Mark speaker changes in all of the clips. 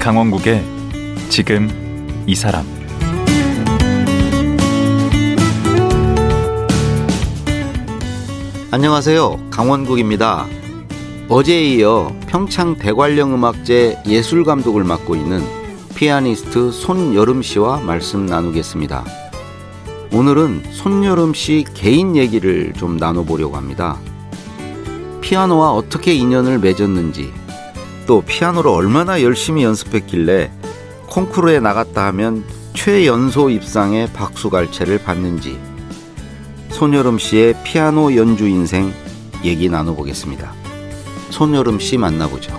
Speaker 1: 강원국의 지금 이 사람
Speaker 2: 안녕하세요. 강원국입니다. 어제에 이어 평창 대관령 음악제 예술 감독을 맡고 있는 피아니스트 손여름 씨와 말씀 나누겠습니다. 오늘은 손여름 씨 개인 얘기를 좀 나눠보려고 합니다. 피아노와 어떻게 인연을 맺었는지, 또 피아노를 얼마나 열심히 연습했길래 콩쿠르에 나갔다 하면 최연소 입상의 박수갈채를 받는지, 손여름 씨의 피아노 연주 인생 얘기 나눠보겠습니다. 손여름 씨 만나보죠.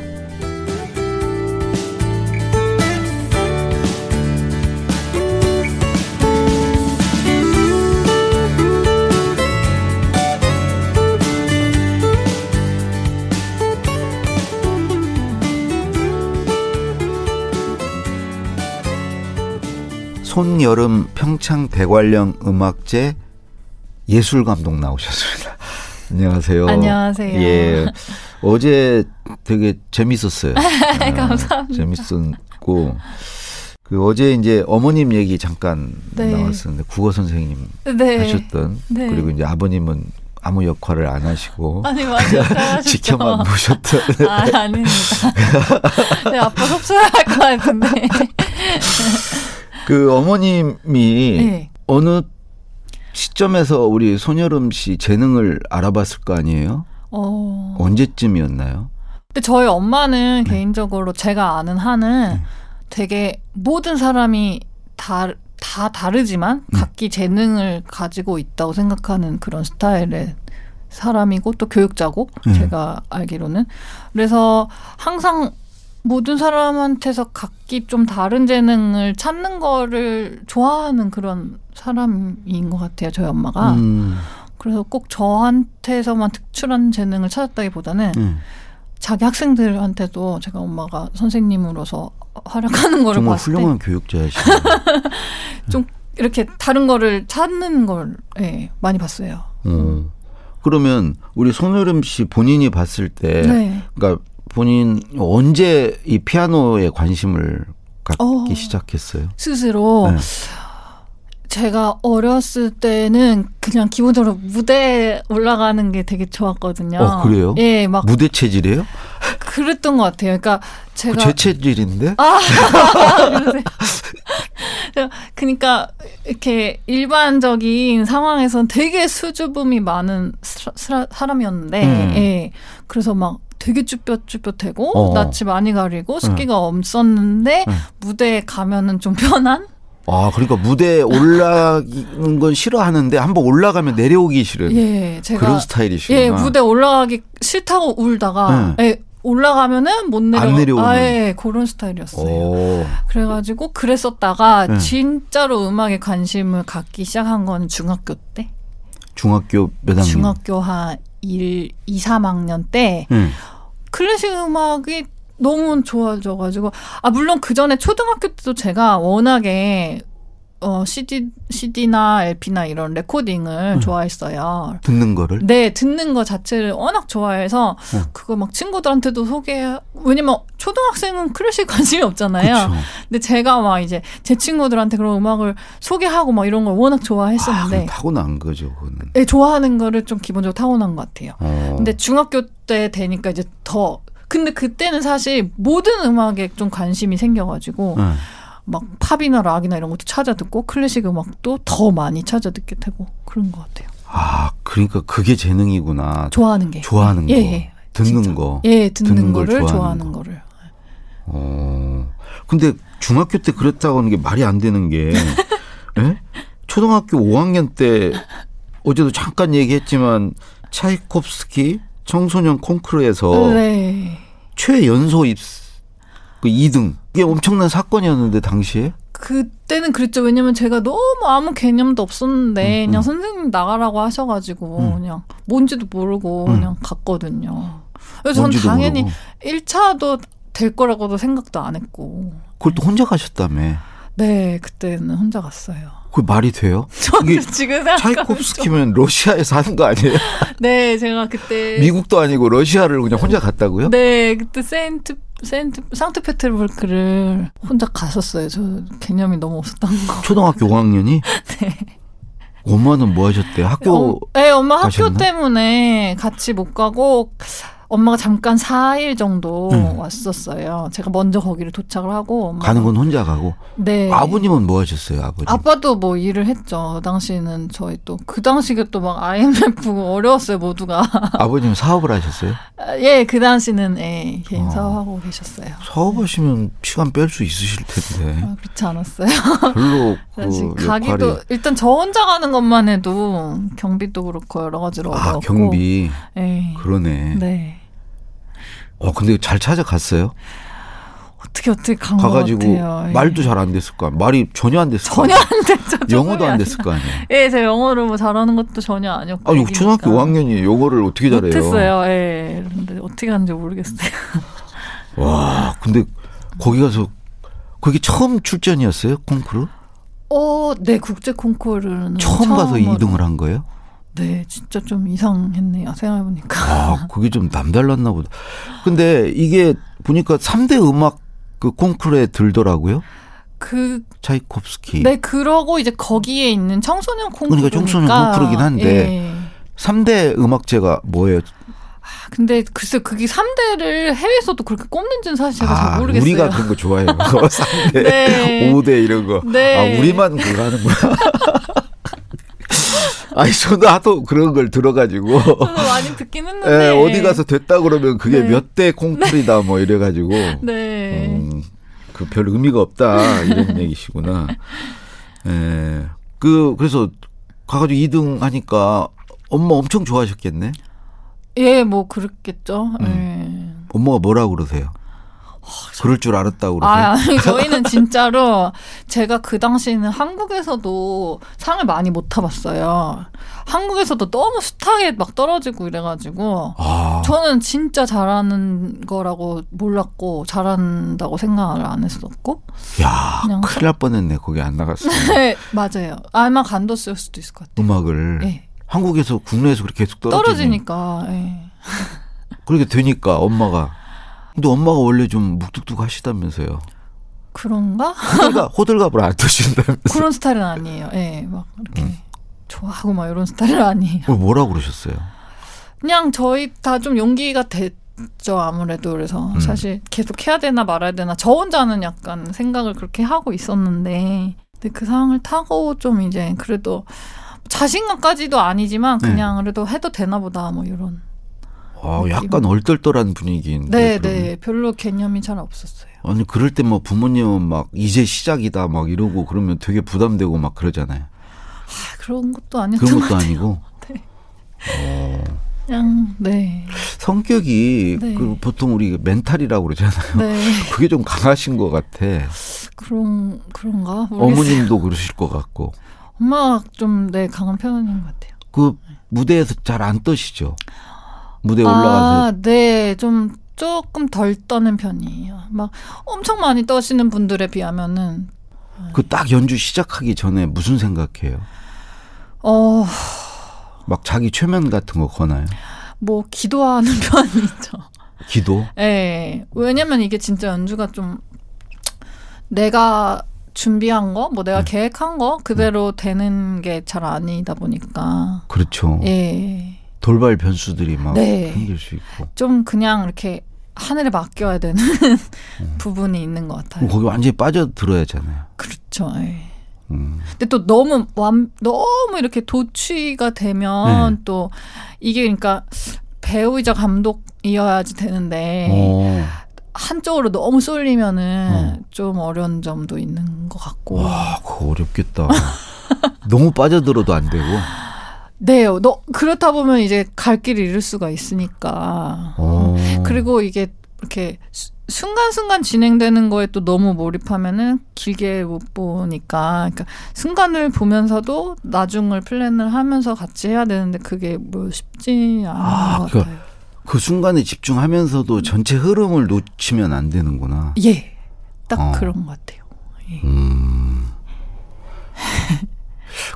Speaker 2: 손여름 평창 대관령 음악제 예술 감독 나오셨습니다. 안녕하세요.
Speaker 3: 안녕하세요.
Speaker 2: 예. 어제 되게 재밌었어요. 아,
Speaker 3: 네, 감사합니다.
Speaker 2: 재밌었고 그 어제 이제 어머님 얘기 잠깐
Speaker 3: 네.
Speaker 2: 나왔었는데 국어 선생님
Speaker 3: 네.
Speaker 2: 하셨던
Speaker 3: 네.
Speaker 2: 그리고 이제 아버님은 아무 역할을 안 하시고
Speaker 3: 아니 많이 잘하셨죠.
Speaker 2: 지켜만 보셨던
Speaker 3: 아 아닙니다. 네, 아빠 속상할 것 같은데.
Speaker 2: 그 어머님이
Speaker 3: 네.
Speaker 2: 어느 시점에서 우리 손여름 씨 재능을 알아봤을 거 아니에요?
Speaker 3: 어.
Speaker 2: 언제쯤이었나요?
Speaker 3: 근데 저희
Speaker 2: 네.
Speaker 3: 엄마는 개인적으로 제가 아는 한은 되게 모든 사람이 다, 다 다르지만
Speaker 2: 네.
Speaker 3: 각기 재능을 가지고 있다고 생각하는 그런 스타일의 사람이고 또 교육자고
Speaker 2: 네.
Speaker 3: 제가 알기로는 그래서 항상 모든 사람한테서 각기 좀 다른 재능을 찾는 거를 좋아하는 그런 사람인 것 같아요 저희 엄마가
Speaker 2: 음,
Speaker 3: 그래서 꼭 저한테서만 특출한 재능을 찾았다기보다는
Speaker 2: 음.
Speaker 3: 자기 학생들한테도 제가 엄마가 선생님으로서 활약하는 거를
Speaker 2: 정말
Speaker 3: 봤을 때
Speaker 2: 훌륭한 교육자이시네요.
Speaker 3: 이렇게 다른 거를 찾는 걸 예, 많이 봤어요.
Speaker 2: 어. 그러면 우리 손여름 씨 본인이 봤을 때
Speaker 3: 네.
Speaker 2: 그러니까 본인 언제 이 피아노에 관심을 갖기
Speaker 3: 어.
Speaker 2: 시작했어요?
Speaker 3: 스스로
Speaker 2: 네.
Speaker 3: 제가 어렸을 때는 그냥 기본적으로 무대에 올라가는 게 되게 좋았거든요.
Speaker 2: 어, 그래요?
Speaker 3: 예, 막
Speaker 2: 무대 체질이에요?
Speaker 3: 그랬던 것 같아요. 그러니까 제가
Speaker 2: 제 체질인데?
Speaker 3: 아, 그러세요. 그러니까 이렇게 일반적인 상황에선 되게 수줍음이 많은 스라- 스라- 사람이었는데,
Speaker 2: 음.
Speaker 3: 예. 그래서 막 되게 쭈뼛쭈뼛하고
Speaker 2: 어.
Speaker 3: 낯이 많이 가리고 습기가 없었는데
Speaker 2: 음.
Speaker 3: 무대에 가면은 좀 편한?
Speaker 2: 아, 그러니까 무대에 올라가는 건 싫어하는데 한번 올라가면 내려오기 싫은
Speaker 3: 예, 제가
Speaker 2: 그런 스타일이시구나.
Speaker 3: 예 무대 올라가기 싫다고 울다가 예, 올라가면은 못 내려.
Speaker 2: 음. 안 내려오는.
Speaker 3: 아, 예, 그런 스타일이었어요.
Speaker 2: 오.
Speaker 3: 그래가지고 그랬었다가
Speaker 2: 네.
Speaker 3: 진짜로 음악에 관심을 갖기 시작한 건 중학교 때
Speaker 2: 중학교 몇 학년?
Speaker 3: 중학교 한 1, 2, 3학년 때
Speaker 2: 예.
Speaker 3: 클래식 음악이 너무 좋아져가지고 아 물론 그 전에 초등학교 때도 제가 워낙에 어 CD CD나 LP나 이런 레코딩을
Speaker 2: 음.
Speaker 3: 좋아했어요.
Speaker 2: 듣는 거를?
Speaker 3: 네, 듣는 거 자체를 워낙 좋아해서
Speaker 2: 음.
Speaker 3: 그거 막 친구들한테도 소개 왜냐면 초등학생은 클래식 관심이 없잖아요.
Speaker 2: 그렇죠.
Speaker 3: 근데 제가 막 이제 제 친구들한테 그런 음악을 소개하고 막 이런 걸 워낙
Speaker 2: 아, 그럼
Speaker 3: 좋아했었는데 네.
Speaker 2: 타고난 거죠, 그거는.
Speaker 3: 예, 좋아하는 거를 좀 기본적으로 타고난 것 같아요.
Speaker 2: 어.
Speaker 3: 근데 중학교 때 되니까 이제 더 근데 그때는 사실 모든 음악에 좀 관심이 생겨가지고
Speaker 2: 예.
Speaker 3: 막 팝이나 락이나 이런 것도 찾아 듣고 클래식 음악도 더 많이 찾아 듣게 되고 그런 것 같아요.
Speaker 2: 아, 그러니까 그게 재능이구나.
Speaker 3: 좋아하는 게
Speaker 2: 좋아하는 거.
Speaker 3: 예, 예.
Speaker 2: 듣는
Speaker 3: 진짜.
Speaker 2: 거.
Speaker 3: 예 듣는,
Speaker 2: 듣는 걸
Speaker 3: 거를
Speaker 2: 좋아하는
Speaker 3: 좋아하는,
Speaker 2: 거.
Speaker 3: 거를
Speaker 2: 어. 근데 중학교 때 그랬다고 하는 게 말이 안 되는 게 예? 초등학교 5학년 때 어제도 잠깐 얘기했지만 차이콥스키 청소년 콩쿠르에서
Speaker 3: 네
Speaker 2: 최연소 입 그 2등. 이게 엄청난 사건이었는데 당시에.
Speaker 3: 그때는 그랬죠. 왜냐면 제가 너무 아무 개념도 없었는데 그냥 선생님 나가라고 하셔가지고
Speaker 2: 음.
Speaker 3: 그냥 뭔지도 모르고
Speaker 2: 음.
Speaker 3: 그냥 갔거든요. 그래서 저는
Speaker 2: 뭔지도
Speaker 3: 당연히
Speaker 2: 모르고.
Speaker 3: 일 1차도 될 거라고도 생각도 안 했고.
Speaker 2: 그걸 또 혼자 가셨다며.
Speaker 3: 네, 그때는 혼자 갔어요.
Speaker 2: 그게 말이 돼요?
Speaker 3: 저는
Speaker 2: 이게
Speaker 3: 지금 생각하면 좀-
Speaker 2: 차이콥스키면 러시아에서 하는 거 아니에요?
Speaker 3: 네, 제가 그때
Speaker 2: 미국도 아니고 러시아를 그냥 혼자 갔다고요?
Speaker 3: 네, 그때 세인트 센트, 상트페테르부르크를 혼자 갔었어요. 저 개념이 너무 없었던 거.
Speaker 2: 초등학교 5학년이
Speaker 3: 네.
Speaker 2: 엄마는 뭐 하셨대요? 학교
Speaker 3: 어, 네, 엄마 학교
Speaker 2: 가셨나?
Speaker 3: 때문에 같이 못 가고 엄마가 잠깐 4일 정도
Speaker 2: 음.
Speaker 3: 왔었어요. 제가 먼저 거기를 도착을 하고 엄마가-
Speaker 2: 가는 건 혼자 가고
Speaker 3: 네.
Speaker 2: 아버님은 뭐 하셨어요? 아버님
Speaker 3: 아빠도 뭐 일을 했죠. 당시는 저희 또 그 당시가 또 막 IMF 어려웠어요 모두가.
Speaker 2: 아버님 사업을 하셨어요?
Speaker 3: 아, 예, 그 당시는 예, 개인
Speaker 2: 어.
Speaker 3: 사업하고 계셨어요.
Speaker 2: 사업하시면 시간 뺄 수 있으실 텐데
Speaker 3: 아, 그렇지 않았어요.
Speaker 2: 별로
Speaker 3: 사실
Speaker 2: 그
Speaker 3: 가기도
Speaker 2: 역할이
Speaker 3: 일단 저 혼자 가는 것만 해도 경비도 그렇고 여러 가지로
Speaker 2: 아
Speaker 3: 어려웠고.
Speaker 2: 경비
Speaker 3: 예.
Speaker 2: 그러네.
Speaker 3: 네.
Speaker 2: 어 근데 잘 찾아갔어요?
Speaker 3: 어떻게 어떻게 간 것
Speaker 2: 가가지고
Speaker 3: 같아요. 예.
Speaker 2: 말도 잘 안 됐을 거 아니야. 말이 전혀 안 됐을
Speaker 3: 전혀
Speaker 2: 거
Speaker 3: 안 됐죠.
Speaker 2: 아니야. 영어도 안
Speaker 3: 조금이
Speaker 2: 됐을 거 아니야.
Speaker 3: 예, 제가 영어를 뭐 잘하는 것도 전혀 아니었고.
Speaker 2: 아, 이거 초등학교 5학년이 영어를 어떻게 잘해요?
Speaker 3: 못했어요. 예. 근데 어떻게 하는지 모르겠어요.
Speaker 2: 와, 근데 거기 가서 그게 처음 출전이었어요? 콩쿠르?
Speaker 3: 어, 네 국제 콩쿠르는
Speaker 2: 처음 가서 2등을 한 거예요?
Speaker 3: 네, 진짜 좀 이상했네요. 생각해보니까.
Speaker 2: 아, 그게 좀 남달랐나 보다. 근데 이게 보니까 3대 음악 그 콩쿠르에 들더라고요.
Speaker 3: 그,
Speaker 2: 차이콥스키.
Speaker 3: 네, 그러고 이제 거기에 있는 청소년 콩쿠르니까.
Speaker 2: 그러니까 청소년 콩쿠르긴 한데.
Speaker 3: 예.
Speaker 2: 3대 음악제가 뭐예요?
Speaker 3: 아, 근데 글쎄 그게 3대를 해외에서도 그렇게 꼽는지는 사실 제가
Speaker 2: 아,
Speaker 3: 잘 모르겠어요.
Speaker 2: 우리가 그런 거 좋아해요. 3대,
Speaker 3: 네.
Speaker 2: 5대 이런 거.
Speaker 3: 네.
Speaker 2: 아, 우리만 그거 하는구나. 아니, 저도 하도 그런 걸 들어가지고.
Speaker 3: 저도 많이 듣긴 했는데.
Speaker 2: 예, 어디 가서 됐다 그러면 그게
Speaker 3: 네.
Speaker 2: 몇 대 콩쿨이다 뭐 이래가지고.
Speaker 3: 네.
Speaker 2: 음, 그 별 의미가 없다 이런 얘기시구나. 예. 그 그래서 가가지고 2등 하니까 엄마 엄청 좋아하셨겠네.
Speaker 3: 예, 뭐 그렇겠죠.
Speaker 2: 음.
Speaker 3: 예.
Speaker 2: 엄마가 뭐라고 그러세요? 그럴 줄 알았다고
Speaker 3: 예.
Speaker 2: 그러세요?
Speaker 3: 아, 아니, 저희는 진짜로 제가 그 당시에는 한국에서도 상을 많이 못 타봤어요. 한국에서도 너무 숱하게 막 떨어지고 이래가지고.
Speaker 2: 아,
Speaker 3: 저는 진짜 잘하는 거라고 몰랐고, 잘한다고 생각을 안 했었고.
Speaker 2: 야,
Speaker 3: 그냥
Speaker 2: 큰일 날 뻔했네. 거기 안 나갔으면.
Speaker 3: 네, 맞아요. 아마 간뒀을 수도 있을 것 같아요.
Speaker 2: 음악을
Speaker 3: 예.
Speaker 2: 한국에서 국내에서 그렇게 계속 네. 떨어지니
Speaker 3: 떨어지니까, 예.
Speaker 2: 그렇게 되니까 엄마가 근데 엄마가 원래 좀 묵뚝뚝하시다면서요.
Speaker 3: 그런가?
Speaker 2: 호들갑 호들갑을 안 두신다면서. 음.
Speaker 3: 그런 스타일은 아니에요. 예, 막 이렇게 좋아하고 막 이런 스타일은 아니에요.
Speaker 2: 뭐라고 그러셨어요?
Speaker 3: 그냥 저희 다 좀 용기가 됐죠 아무래도 그래서
Speaker 2: 음.
Speaker 3: 사실 계속 해야 되나 말아야 되나 저 혼자는 약간 생각을 그렇게 하고 있었는데 근데 그 상황을 타고 좀 이제 그래도 자신감까지도 아니지만
Speaker 2: 네.
Speaker 3: 그냥 그래도 해도 되나 보다 뭐 이런
Speaker 2: 아, 약간 얼떨떨한 분위기인데.
Speaker 3: 네네
Speaker 2: 그러면.
Speaker 3: 별로 개념이 잘 없었어요
Speaker 2: 아니 그럴 때 뭐 부모님은 막 이제 시작이다 막 이러고 그러면 되게 부담되고 막 그러잖아요.
Speaker 3: 아, 그런 것도 아니었던
Speaker 2: 그런
Speaker 3: 것
Speaker 2: 것도
Speaker 3: 같아요
Speaker 2: 아니고
Speaker 3: 그냥 네
Speaker 2: 성격이
Speaker 3: 네.
Speaker 2: 그 보통 우리 멘탈이라고 그러잖아요.
Speaker 3: 네.
Speaker 2: 그게 좀 강하신 것 같아.
Speaker 3: 그런 그런가 모르겠어요.
Speaker 2: 어머님도 그러실 것 같고
Speaker 3: 엄마가 좀네 강한 편인 것 같아요.
Speaker 2: 그 무대에서 잘 안 떠시죠. 무대 올라가서
Speaker 3: 아, 네, 좀 조금 덜 떠는 편이에요. 막 엄청 많이 떠시는 분들에 비하면은
Speaker 2: 그 딱 연주 시작하기 전에 무슨 생각해요?
Speaker 3: 어,
Speaker 2: 막 자기 최면 같은 거 거나요?
Speaker 3: 뭐 기도하는 편이죠.
Speaker 2: 기도?
Speaker 3: 예. 왜냐면 이게 진짜 연주가 좀 내가 준비한 거, 뭐 내가
Speaker 2: 네.
Speaker 3: 계획한 거 그대로 되는 게 잘 아니다 보니까.
Speaker 2: 그렇죠.
Speaker 3: 예.
Speaker 2: 돌발 변수들이 막
Speaker 3: 네.
Speaker 2: 생길 수 있고.
Speaker 3: 좀 그냥 이렇게 하늘에 맡겨야 되는
Speaker 2: 네.
Speaker 3: 부분이 있는 것
Speaker 2: 그럼
Speaker 3: 같아요.
Speaker 2: 거기 완전히 빠져들어야잖아요.
Speaker 3: 그렇죠. 예.
Speaker 2: 음.
Speaker 3: 근데 또 너무 완 너무 이렇게 도취가
Speaker 2: 네.
Speaker 3: 되면 또 이게 그러니까 배우이자 감독이어야지 되는데
Speaker 2: 어.
Speaker 3: 한쪽으로 너무 쏠리면은
Speaker 2: 어.
Speaker 3: 좀 어려운 점도 있는 것 같고
Speaker 2: 와, 그거 어렵겠다. 너무 빠져들어도 안 되고.
Speaker 3: 네, 너 그렇다 보면 이제 갈 길을 잃을 수가 있으니까
Speaker 2: 어.
Speaker 3: 그리고 이게 이렇게 수- 순간순간 진행되는 거에 또 너무 몰입하면은 길게 못 보니까 그러니까 순간을 보면서도 나중을 플랜을 하면서 같이 해야 되는데 그게 뭐 쉽지 않은
Speaker 2: 아,
Speaker 3: 것
Speaker 2: 그-
Speaker 3: 같아요.
Speaker 2: 그 순간에 집중하면서 도 전체 흐름을 놓치면 안 되는구나.
Speaker 3: 예, 딱
Speaker 2: 어.
Speaker 3: 그런 것 같아요.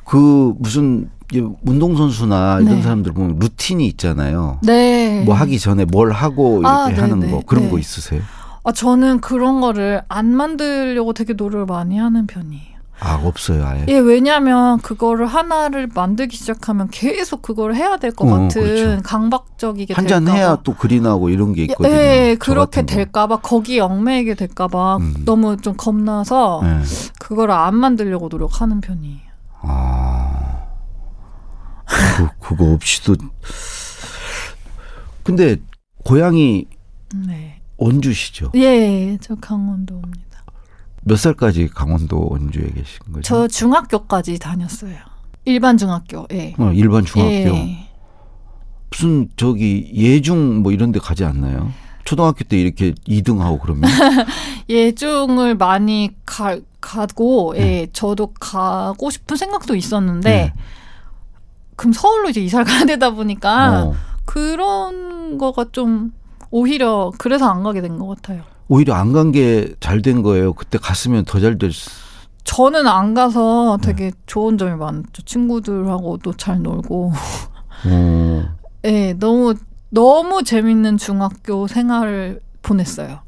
Speaker 2: 그 무슨 이제 운동선수나 이런
Speaker 3: 네.
Speaker 2: 사람들 보면 루틴이 있잖아요.
Speaker 3: 네.
Speaker 2: 뭐 하기 전에 뭘 하고 이렇게
Speaker 3: 아, 네,
Speaker 2: 하는
Speaker 3: 네,
Speaker 2: 거 그런
Speaker 3: 네.
Speaker 2: 거 있으세요?
Speaker 3: 아, 저는 그런 거를 안 만들려고 되게 노력을 많이 하는 편이에요.
Speaker 2: 아 없어요 아예.
Speaker 3: 예, 왜냐면 그거를 하나를 만들기 시작하면 계속 그걸 해야 될 것
Speaker 2: 어,
Speaker 3: 같은
Speaker 2: 그렇죠.
Speaker 3: 강박적이게
Speaker 2: 한 잔
Speaker 3: 될까
Speaker 2: 해야
Speaker 3: 봐.
Speaker 2: 또 그린하고 이런 게 있거든요.
Speaker 3: 예,
Speaker 2: 저
Speaker 3: 그렇게
Speaker 2: 같은 거.
Speaker 3: 될까봐 거기 얽매이게 될까봐
Speaker 2: 음.
Speaker 3: 너무 좀 겁나서
Speaker 2: 예.
Speaker 3: 그걸 안 만들려고 노력하는 편이에요.
Speaker 2: 아, 그, 그거 없이도. 근데 고향이
Speaker 3: 네,
Speaker 2: 원주시죠?
Speaker 3: 예, 저 강원도입니다.
Speaker 2: 몇 살까지 강원도 원주에 계신 거죠?
Speaker 3: 저 중학교까지 다녔어요. 일반 중학교. 예.
Speaker 2: 어, 일반 중학교
Speaker 3: 예.
Speaker 2: 무슨 저기 예중 뭐 이런 데 가지 않나요? 초등학교 때 이렇게 2등 하고 그러면
Speaker 3: 예중을 많이 가, 가고 예,
Speaker 2: 네.
Speaker 3: 저도 가고 싶은 생각도 있었는데 그럼 서울로 이제 이사를 가야 되다 보니까
Speaker 2: 어,
Speaker 3: 그런 거가 좀 오히려 그래서 안 가게 된 것 같아요.
Speaker 2: 오히려 안 간 게 잘 된 거예요. 그때 갔으면 더 잘 될 수.
Speaker 3: 저는 안 가서
Speaker 2: 네.
Speaker 3: 되게 좋은 점이 많죠. 친구들하고도 잘 놀고
Speaker 2: 어,
Speaker 3: 예, 너무 너무 재밌는 중학교 생활을 보냈어요.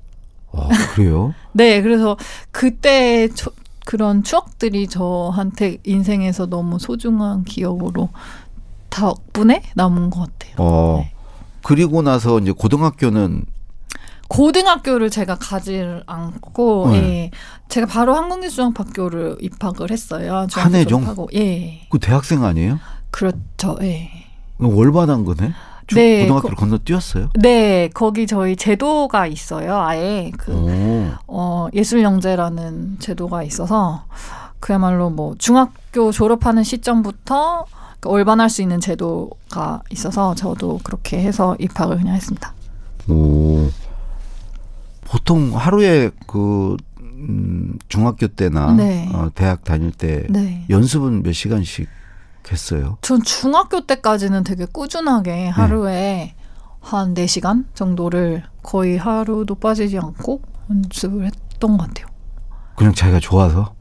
Speaker 2: 아, 그래요?
Speaker 3: 네, 그래서 그때 저- 그런 추억들이 저한테 인생에서 너무 소중한 기억으로 덕분에 남은 것 같아요.
Speaker 2: 어.
Speaker 3: 네.
Speaker 2: 그리고 나서 이제 고등학교는
Speaker 3: 고등학교를 제가 가질 않고
Speaker 2: 네.
Speaker 3: 예, 제가 바로 한국예술종합학교를 입학을 했어요. 중학교
Speaker 2: 한예종?
Speaker 3: 졸업하고. 예,
Speaker 2: 그 대학생 아니에요?
Speaker 3: 그렇죠. 예.
Speaker 2: 월반한 거네. 중-
Speaker 3: 네,
Speaker 2: 고등학교를 건너뛰었어요.
Speaker 3: 네, 거기 저희 제도가 있어요. 아예 그
Speaker 2: 음. 오.
Speaker 3: 어, 예술영재라는 제도가 있어서 그야말로 뭐 중학교 졸업하는 시점부터 그 올반할 수 있는 제도가 있어서 저도 그렇게 해서 입학을 그냥 했습니다.
Speaker 2: 오. 보통 하루에 그 음, 중학교 때나
Speaker 3: 네.
Speaker 2: 어, 대학 다닐 때
Speaker 3: 네.
Speaker 2: 연습은 몇 시간씩 했어요?
Speaker 3: 전 중학교 때까지는 되게 꾸준하게
Speaker 2: 음.
Speaker 3: 하루에 한 4시간 정도를 거의 하루도 빠지지 않고 연습을 했던 것 같아요.
Speaker 2: 그냥 자기가 좋아서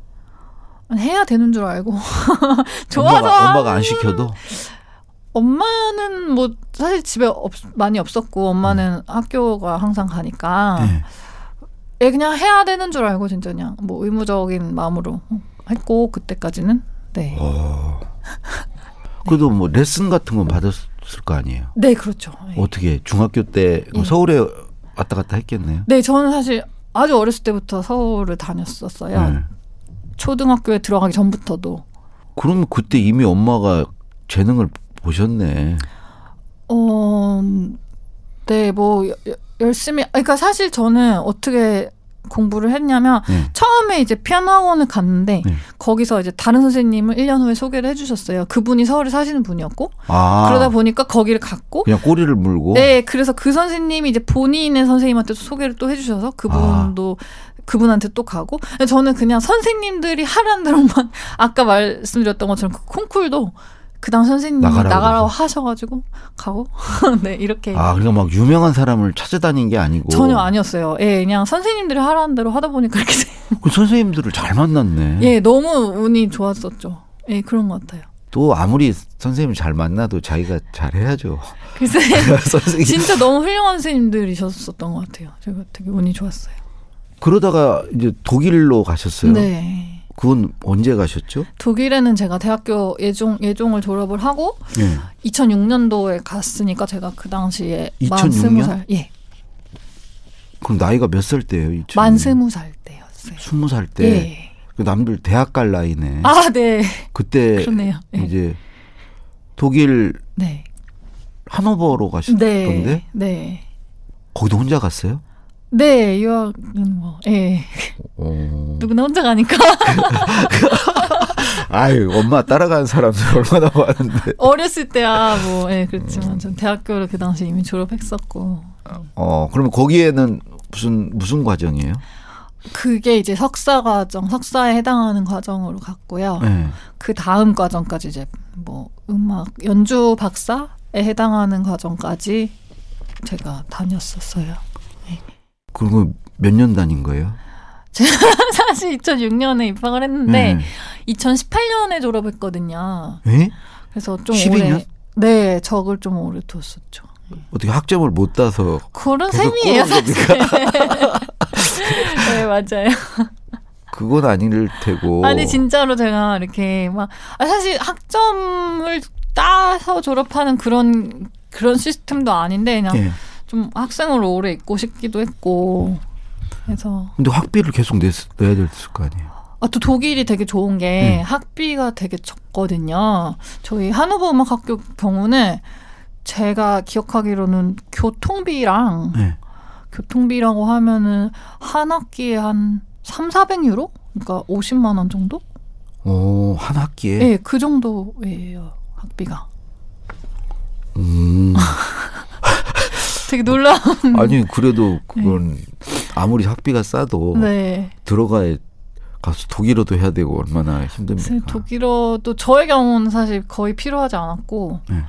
Speaker 3: 해야 되는 줄 알고 좋아서
Speaker 2: 엄마가, 엄마가
Speaker 3: 하는
Speaker 2: 안 시켜도
Speaker 3: 엄마는 뭐 사실 집에 없, 많이 없었고 엄마는
Speaker 2: 음.
Speaker 3: 학교가 항상 가니까
Speaker 2: 네.
Speaker 3: 예, 그냥 해야 되는 줄 알고 진짜 그냥 뭐 의무적인 마음으로 했고 그때까지는 네.
Speaker 2: 어. 그래도 뭐 레슨 같은 건 받았을 거 아니에요.
Speaker 3: 네 그렇죠. 예.
Speaker 2: 어떻게 중학교 때
Speaker 3: 예.
Speaker 2: 서울에 왔다 갔다 했겠네요.
Speaker 3: 네 저는 사실 아주 어렸을 때부터 서울을 다녔었어요.
Speaker 2: 네.
Speaker 3: 초등학교에 들어가기 전부터도
Speaker 2: 그럼 그때 이미 엄마가 재능을 보셨네.
Speaker 3: 어, 네 뭐 열심히 그러니까 사실 저는 어떻게 공부를 했냐면
Speaker 2: 네.
Speaker 3: 처음에 이제 피아노 학원을 갔는데
Speaker 2: 네.
Speaker 3: 거기서 이제 다른 선생님을 1년 후에 소개를 해주셨어요. 그분이 서울에 사시는 분이었고
Speaker 2: 아,
Speaker 3: 그러다 보니까 거기를 갔고
Speaker 2: 그냥 꼬리를 물고.
Speaker 3: 네 그래서 그 선생님이 이제 본인의 선생님한테 도 소개를 또 해주셔서 그분도
Speaker 2: 아.
Speaker 3: 그분한테 또 가고 근데 저는 그냥 선생님들이 하라는 대로만 아까 말씀드렸던 것처럼 그 콩쿨도 그당 선생님이
Speaker 2: 나가라고
Speaker 3: 나가라고,
Speaker 2: 그래서.
Speaker 3: 하셔가지고 가고 네 이렇게
Speaker 2: 아, 그러니까 막 유명한 사람을 찾아다닌 게 아니고
Speaker 3: 전혀 아니었어요. 예, 그냥 선생님들이 하라는 대로 하다 보니까 이렇게 돼.
Speaker 2: 그 선생님들을 잘 만났네.
Speaker 3: 예, 너무 운이 좋았었죠. 예, 그런 것 같아요.
Speaker 2: 또 아무리 선생님을 잘 만나도 자기가 잘 해야죠.
Speaker 3: 글쎄
Speaker 2: 선생님
Speaker 3: 진짜 너무 훌륭한 선생님들이셨었던 것 같아요. 제가 되게 운이 좋았어요.
Speaker 2: 그러다가 이제 독일로 가셨어요.
Speaker 3: 네.
Speaker 2: 그건 언제 가셨죠?
Speaker 3: 독일에는 제가 대학교 예종 예종을 졸업을 하고
Speaker 2: 예.
Speaker 3: 2006년도에 갔으니까 제가 그 당시에
Speaker 2: 2006 년?
Speaker 3: 만 20살 예.
Speaker 2: 그럼 나이가 몇 살 때예요? 이쯤?
Speaker 3: 만 20살 때였어요.
Speaker 2: 스무 살 때.
Speaker 3: 예.
Speaker 2: 그 남들 대학 갈 나이네.
Speaker 3: 아, 네.
Speaker 2: 그때
Speaker 3: 그러네요. 예.
Speaker 2: 이제 독일
Speaker 3: 네.
Speaker 2: 하노버로 가셨던데
Speaker 3: 네. 네.
Speaker 2: 거기도 혼자 갔어요?
Speaker 3: 네, 유학은 뭐 예.
Speaker 2: 어.
Speaker 3: 누구나 혼자 가니까
Speaker 2: 아유 엄마 따라가는 사람들 얼마나 많은데.
Speaker 3: 어렸을 때야 뭐 예, 그렇지만 전 대학교를 그 당시 이미 졸업했었고
Speaker 2: 어 그러면 거기에는 무슨 무슨 과정이에요?
Speaker 3: 그게 이제 석사 과정, 석사에 해당하는 과정으로 갔고요.
Speaker 2: 네.
Speaker 3: 그 다음 과정까지 이제 뭐 음악 연주 박사에 해당하는 과정까지 제가 다녔었어요.
Speaker 2: 그리고 몇 년 다닌 거예요?
Speaker 3: 사실 2006년에 입학을 했는데 2018년에 졸업했거든요.
Speaker 2: 네. 에?
Speaker 3: 그래서 좀
Speaker 2: 12 년?
Speaker 3: 오래 네 적을 좀 오래 뒀었죠.
Speaker 2: 어떻게 학점을 못 따서 그러니까
Speaker 3: 그런
Speaker 2: 계속
Speaker 3: 셈이에요
Speaker 2: 꼬는
Speaker 3: 사실. 네, 맞아요.
Speaker 2: 그건 아닐 테고.
Speaker 3: 아니 진짜로 제가 이렇게 막 아, 사실 학점을 따서 졸업하는 그런 그런 시스템도 아닌데 그냥
Speaker 2: 예.
Speaker 3: 좀 학생으로 오래 있고 싶기도 했고 그래서
Speaker 2: 근데 학비를 계속 냈, 내야 됐을 거 아니에요.
Speaker 3: 아 또 독일이 되게 좋은 게
Speaker 2: 음.
Speaker 3: 학비가 되게 적거든요. 저희 하노버 음악학교 경우는 제가 기억하기로는 교통비랑
Speaker 2: 예.
Speaker 3: 교통비라고 하면은 한 학기에 한 3, 400유로? 그러니까 50만 원 정도?
Speaker 2: 오, 어, 한 학기에.
Speaker 3: 예, 그 정도예요. 학비가.
Speaker 2: 음.
Speaker 3: 되게 놀라운.
Speaker 2: 어. 아니 그래도 그건 아무리 학비가 싸도
Speaker 3: 네.
Speaker 2: 들어가야 가서 독일어도 해야 되고 얼마나
Speaker 3: 사실
Speaker 2: 힘듭니까?
Speaker 3: 네, 독일어도 저의 경우는 사실 거의 필요하지 않았고
Speaker 2: 네.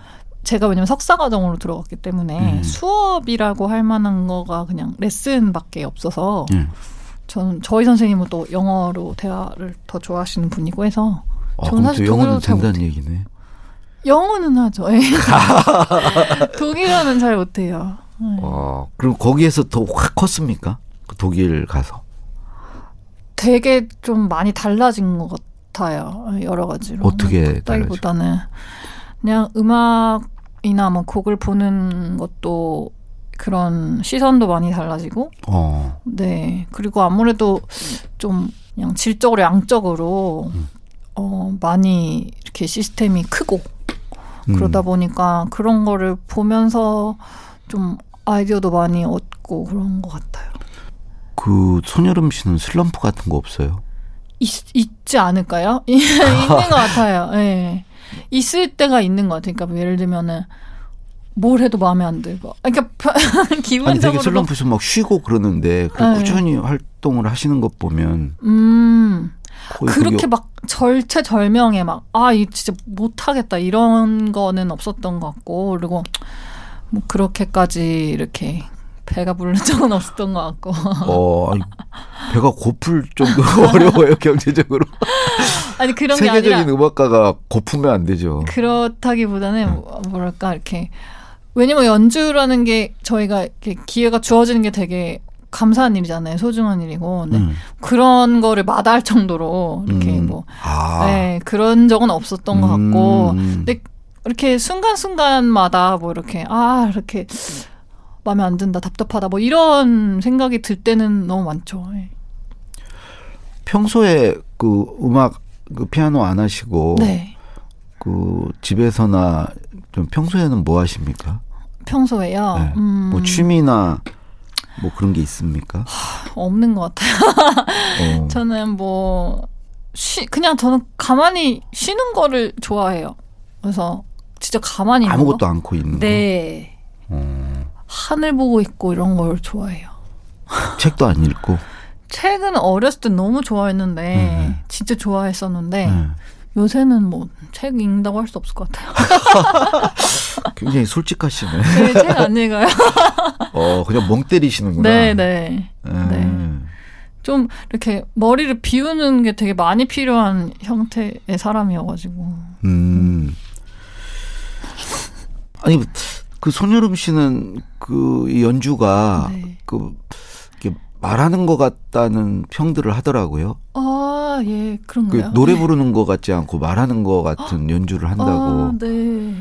Speaker 3: 제가 왜냐면 석사 과정으로 들어갔기 때문에
Speaker 2: 음.
Speaker 3: 수업이라고 할 만한 거가 그냥 레슨밖에 없어서
Speaker 2: 예.
Speaker 3: 저는 저희 선생님은 또 영어로 대화를 더 좋아하시는 분이고 해서
Speaker 2: 아,
Speaker 3: 저는
Speaker 2: 그럼 또
Speaker 3: 사실
Speaker 2: 영어는
Speaker 3: 독일어도 잘
Speaker 2: 된다는 얘기네.
Speaker 3: 영어는 하죠. 예. 독일어는 잘 못해요. 네.
Speaker 2: 어, 그럼 거기에서 더 확 컸습니까? 그 독일 가서
Speaker 3: 되게 좀 많이 달라진 것 같아요. 여러 가지로.
Speaker 2: 어떻게 달라지고?
Speaker 3: 따기보다는 그냥 음악이나 뭐 곡을 보는 것도 그런 시선도 많이 달라지고
Speaker 2: 어,
Speaker 3: 네 그리고 아무래도 좀 그냥 질적으로 양적으로 어 많이 이렇게 시스템이 크고
Speaker 2: 음.
Speaker 3: 그러다 보니까 그런 거를 보면서 좀 아이디어도 많이 얻고 그런 것 같아요.
Speaker 2: 그 손여름 씨는 슬럼프 같은 거 없어요?
Speaker 3: 있, 있지 않을까요? 있는 것 같아요. 예. 있을 때가 있는 것 같아요. 그러니까 뭐 예를 들면은 뭘 해도 마음에 안 들고. 그러니까 편-
Speaker 2: 아니 되게
Speaker 3: 기본적으로 막-
Speaker 2: 슬럼프에서 막 쉬고 그러는데 그걸
Speaker 3: 네.
Speaker 2: 꾸준히 활동을 하시는 것 보면
Speaker 3: 음.
Speaker 2: 거의 뭐 그게
Speaker 3: 그렇게 막 절체절명에 막 아, 이 진짜 못 하겠다. 이런 거는 없었던 것 같고. 그리고 뭐 그렇게까지 이렇게 배가 부르는 적은 없었던 것 같고.
Speaker 2: 어 아니, 배가 고플 정도로 어려워요 경제적으로
Speaker 3: 아니 그런 게
Speaker 2: 세계적인
Speaker 3: 아니라
Speaker 2: 음악가가 고프면 안 되죠.
Speaker 3: 그렇다기보다는 뭐- 뭐랄까 이렇게 왜냐면 연주라는 게 저희가 이렇게 기회가 주어지는 게 되게 감사한 일이잖아요 소중한 일이고 근데
Speaker 2: 음.
Speaker 3: 그런 거를 마다할 정도로 네. 이렇게
Speaker 2: 음.
Speaker 3: 뭐
Speaker 2: 아.
Speaker 3: 네, 그런 적은 없었던 것 같고
Speaker 2: 음.
Speaker 3: 근데 이렇게 순간순간마다 뭐 이렇게 아 이렇게 마음에 안 든다 답답하다 뭐 이런 생각이 들 때는 너무 많죠 예.
Speaker 2: 평소에 그 음악 그 피아노 안 하시고
Speaker 3: 네
Speaker 2: 그 집에서나 좀 평소에는 뭐 하십니까?
Speaker 3: 평소에요
Speaker 2: 네.
Speaker 3: 음,
Speaker 2: 뭐 취미나 뭐 그런 게 있습니까?
Speaker 3: 없는 것 같아요.
Speaker 2: 어.
Speaker 3: 저는 뭐, 쉬, 그냥 저는 가만히 쉬는 거를 좋아해요. 그래서 진짜 가만히 있는
Speaker 2: 아무것도
Speaker 3: 거.
Speaker 2: 안고 있는
Speaker 3: 뭐 네.
Speaker 2: 거. 어.
Speaker 3: 하늘 보고 있고 이런 걸 좋아해요.
Speaker 2: 책도 안 읽고.
Speaker 3: 책은 어렸을 때 너무 좋아했는데,
Speaker 2: 네.
Speaker 3: 진짜 좋아했었는데,
Speaker 2: 네.
Speaker 3: 요새는 뭐 책 읽는다고 할 수 없을 것 같아요.
Speaker 2: 굉장히 솔직하시네.
Speaker 3: 네, 책 안 읽어요.
Speaker 2: 어, 그냥 멍 때리시는구나.
Speaker 3: 네, 네. 네. 좀 이렇게 머리를 비우는 게 되게 많이 필요한 형태의 사람이어가지고.
Speaker 2: 음. 아니 그 손여름 씨는 그 연주가
Speaker 3: 네.
Speaker 2: 그 이렇게 말하는 것 같다는 평들을 하더라고요.
Speaker 3: 아, 예,
Speaker 2: 그
Speaker 3: 그런가요?
Speaker 2: 노래 부르는 것 같지 않고 말하는 것 같은 연주를
Speaker 3: 아,
Speaker 2: 한다고.
Speaker 3: 네.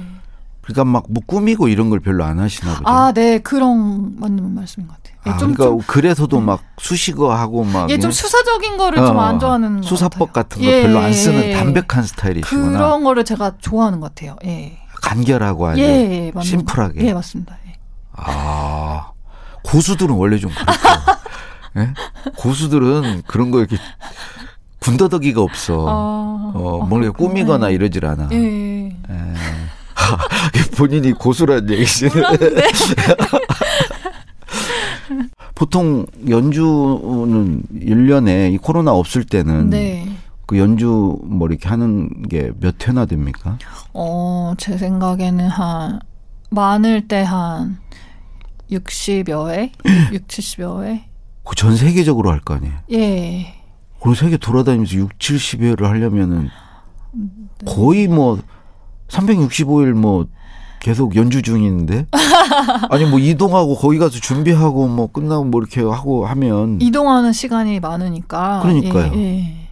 Speaker 2: 그러니까 막 뭐 꾸미고 이런 걸 별로 안 하시나 보죠.
Speaker 3: 아, 네, 그런 맞는 말씀인 것 같아요. 예,
Speaker 2: 아,
Speaker 3: 좀,
Speaker 2: 그러니까
Speaker 3: 좀, 음.
Speaker 2: 그래서도 막 수식어 하고 막
Speaker 3: 예, 좀
Speaker 2: 예?
Speaker 3: 수사적인 거를 좀
Speaker 2: 어,
Speaker 3: 안 좋아하는 것
Speaker 2: 수사법
Speaker 3: 같아요.
Speaker 2: 같은 거
Speaker 3: 예,
Speaker 2: 별로 안 쓰는
Speaker 3: 예.
Speaker 2: 담백한 스타일이시구나.
Speaker 3: 그런 거를 제가 좋아하는 것 같아요. 예,
Speaker 2: 간결하고 아주
Speaker 3: 예, 예 맞는
Speaker 2: 심플하게.
Speaker 3: 거. 예, 맞습니다. 예.
Speaker 2: 아 고수들은 원래 좀 그렇고 예? 고수들은 그런 거 이렇게 군더더기가 없어.
Speaker 3: 아,
Speaker 2: 어,
Speaker 3: 아,
Speaker 2: 뭔가
Speaker 3: 그렇구나.
Speaker 2: 꾸미거나 이러질 않아.
Speaker 3: 예, 예.
Speaker 2: 예. 본인이 고수란 얘기시네. 보통 연주는 1년에 이 코로나 없을 때는
Speaker 3: 네.
Speaker 2: 그 연주 뭐 이렇게 하는 게 몇 회나 됩니까?
Speaker 3: 어, 제 생각에는 한, 많을 때 한 60여 회? 60, 70여 회?
Speaker 2: 그 전 세계적으로 할 거 아니에요.
Speaker 3: 예.
Speaker 2: 그 세계 돌아다니면서 6,
Speaker 3: 네.
Speaker 2: 70회를 하려면은 거의 뭐 365일 뭐 계속 연주 중인데 아니 뭐 이동하고 거기 가서 준비하고 뭐 끝나고 뭐 이렇게 하고 하면
Speaker 3: 이동하는 시간이 많으니까.
Speaker 2: 음. 그러니까요.
Speaker 3: 예, 예.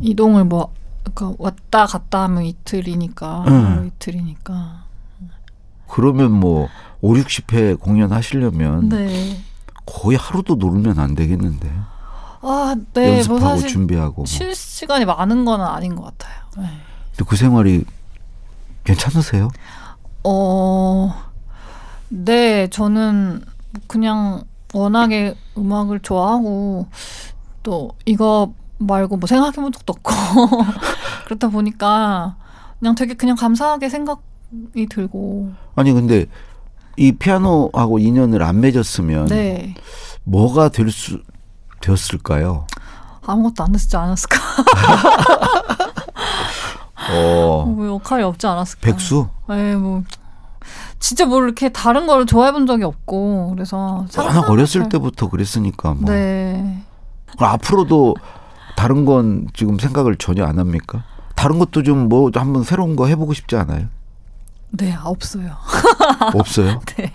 Speaker 3: 이동을 뭐 그러니까 왔다 갔다 하면 이틀이니까
Speaker 2: 음.
Speaker 3: 하루 이틀이니까.
Speaker 2: 그러면 뭐 5, 60회 공연하시려면
Speaker 3: 네.
Speaker 2: 거의 하루도 놀면 안 되겠는데
Speaker 3: 아, 네. 뭐
Speaker 2: 연습하고
Speaker 3: 사실
Speaker 2: 준비하고 뭐.
Speaker 3: 쉴 시간이 많은 건 아닌 것 같아요. 네.
Speaker 2: 근데 그 생활이 괜찮으세요?
Speaker 3: 어, 네, 저는 그냥 워낙에 음악을 좋아하고 또 이거 말고 뭐 생각해본 적도 없고 그렇다 보니까 그냥 되게 그냥 감사하게 생각이 들고
Speaker 2: 아니 근데 이 피아노하고 인연을 안 맺었으면
Speaker 3: 네
Speaker 2: 뭐가 될 수 되었을까요?
Speaker 3: 아무것도 안 했지 않았을까
Speaker 2: 어
Speaker 3: 뭐 역할이 없지 않았을까
Speaker 2: 백수
Speaker 3: 네, 뭐 진짜 뭘 이렇게 다른 걸 좋아해본 적이 없고 그래서
Speaker 2: 워낙 어렸을
Speaker 3: 잘-
Speaker 2: 때부터 그랬으니까 뭐
Speaker 3: 네
Speaker 2: 그럼 앞으로도 다른 건 지금 생각을 전혀 안 합니까? 다른 것도 좀 뭐 한번 새로운 거 해보고 싶지 않아요?
Speaker 3: 네, 없어요.
Speaker 2: 없어요?
Speaker 3: 네.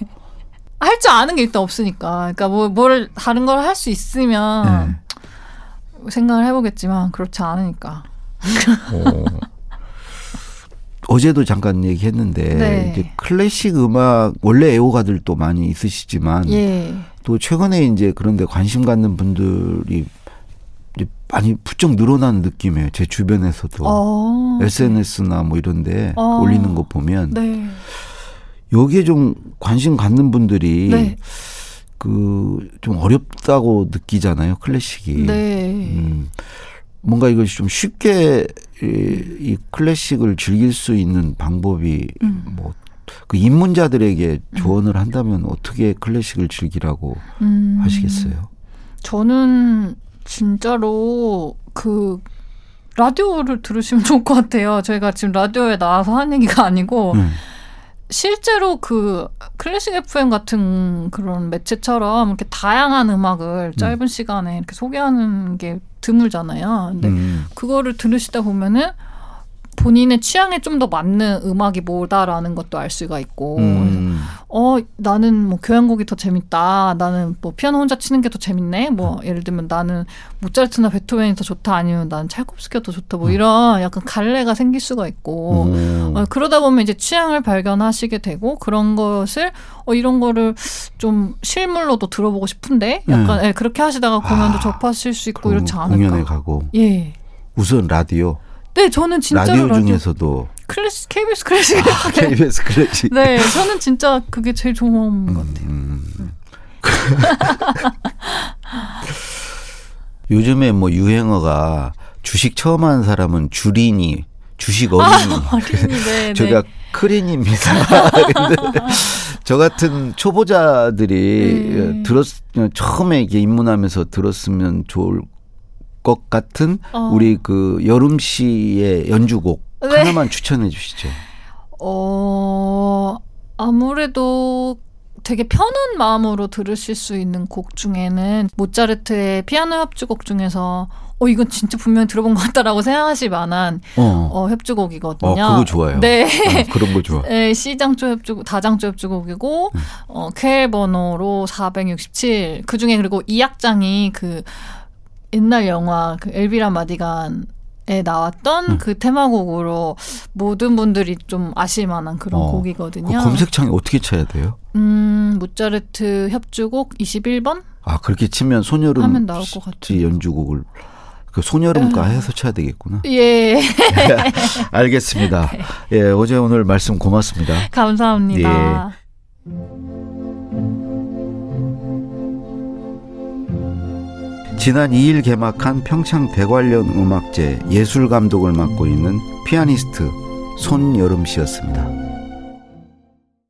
Speaker 3: 할 줄 아는 게 일단 없으니까. 그러니까 뭐, 뭘, 다른 걸 할 수
Speaker 2: 네.
Speaker 3: 있으면 생각을 해보겠지만, 그렇지 않으니까.
Speaker 2: 어. 어제도 잠깐 얘기했는데
Speaker 3: 네.
Speaker 2: 이제 클래식 음악 원래 애호가들도 많이 있으시지만
Speaker 3: 예.
Speaker 2: 또 최근에 이제 그런데 관심 갖는 분들이 이제 많이 부쩍 늘어난 느낌이에요. 제 주변에서도
Speaker 3: 어.
Speaker 2: SNS나 뭐 이런데
Speaker 3: 어.
Speaker 2: 올리는 거 보면
Speaker 3: 네.
Speaker 2: 여기에 좀 관심 갖는 분들이
Speaker 3: 네.
Speaker 2: 그 좀 어렵다고 느끼잖아요 클래식이.
Speaker 3: 네.
Speaker 2: 음, 뭔가 이것이 좀 쉽게 이, 이 클래식을 즐길 수 있는 방법이
Speaker 3: 음.
Speaker 2: 뭐 그 입문자들에게 조언을 한다면 어떻게 클래식을 즐기라고
Speaker 3: 음.
Speaker 2: 하시겠어요?
Speaker 3: 저는 진짜로 그, 라디오를 들으시면 좋을 것 같아요. 저희가 지금 라디오에 나와서 한 얘기가 아니고,
Speaker 2: 음.
Speaker 3: 실제로 그 클래식 FM 같은 그런 매체처럼 이렇게 다양한 음악을 짧은 시간에 이렇게 소개하는 게 드물잖아요. 근데
Speaker 2: 음.
Speaker 3: 그거를 들으시다 보면은 본인의 취향에 좀 더 맞는 음악이 뭐다라는 것도 알 수가 있고,
Speaker 2: 음.
Speaker 3: 어 나는 뭐 교향곡이 더 재밌다, 나는 뭐 피아노 혼자 치는 게 더 재밌네, 뭐 예를 들면 나는 모차르트나 베토벤이 더 좋다, 아니면 나는 찰콥스키가 더 좋다, 뭐 이런 약간 갈래가 생길 수가 있고,
Speaker 2: 음.
Speaker 3: 어, 그러다 보면 이제 취향을 발견하시게 되고 그런 것을 어, 이런 거를 좀 실물로도 들어보고 싶은데 약간 예, 그렇게 하시다가 공연도
Speaker 2: 음. 아,
Speaker 3: 접하실 수 있고
Speaker 2: 그럼
Speaker 3: 이렇지 않을까.
Speaker 2: 음. 공연에 가고
Speaker 3: 예.
Speaker 2: 우선 라디오
Speaker 3: 네, 저는 진짜로
Speaker 2: 라디오
Speaker 3: 라디오
Speaker 2: 중에서도
Speaker 3: 클래식 KBS 클래식. 네.
Speaker 2: KBS 클래식
Speaker 3: 네, 저는 진짜 그게 제일 좋은 것 같아요.
Speaker 2: 음. 요즘에 뭐 유행어가 주식 처음 하는 사람은 주린이, 주식 어린이.
Speaker 3: 어린이, 네,
Speaker 2: 저희가
Speaker 3: 네.
Speaker 2: 크린입니다. 근데 저 같은 초보자들이
Speaker 3: 음.
Speaker 2: 들었 처음에 이게 입문하면서 들었으면 좋을 것 같은
Speaker 3: 어.
Speaker 2: 우리 그 여름 씨의 연주곡
Speaker 3: 네.
Speaker 2: 하나만 추천해 주시죠.
Speaker 3: 어, 아무래도 되게 편한 마음으로 들으실 수 있는 곡 중에는 모차르트의 피아노 협주곡 중에서 어 이건 진짜 분명히 들어본 것 같다라고 생각하실 만한
Speaker 2: 어,
Speaker 3: 어, 협주곡이거든요.
Speaker 2: 어, 그거 좋아요.
Speaker 3: 네.
Speaker 2: 어, 그런 거 좋아.
Speaker 3: 네, 시장조 협주곡, 다장조 협주곡이고,
Speaker 2: 음.
Speaker 3: 어, 퀘 번호로 467. 그 중에 그리고 이 악장이 그 옛날 영화 그 엘비라 마디간에 나왔던
Speaker 2: 음.
Speaker 3: 그 테마곡으로 모든 분들이 좀 아실 만한 그런
Speaker 2: 어, 그
Speaker 3: 곡이거든요.
Speaker 2: 검색창에 어떻게 쳐야 돼요?
Speaker 3: 음, 모차르트 협주곡 21번?
Speaker 2: 아 그렇게 치면 소녀름
Speaker 3: 하면 나올 것 같아요.
Speaker 2: 씨 연주곡을 그 소녀름가 해서 쳐야 되겠구나.
Speaker 3: 예, 네.
Speaker 2: 알겠습니다. 예 어제 오늘 말씀 고맙습니다.
Speaker 3: 감사합니다.
Speaker 2: 예. 지난 2일 개막한 평창 대관련 음악제 예술 감독을 맡고 있는 피아니스트 손여름 씨였습니다.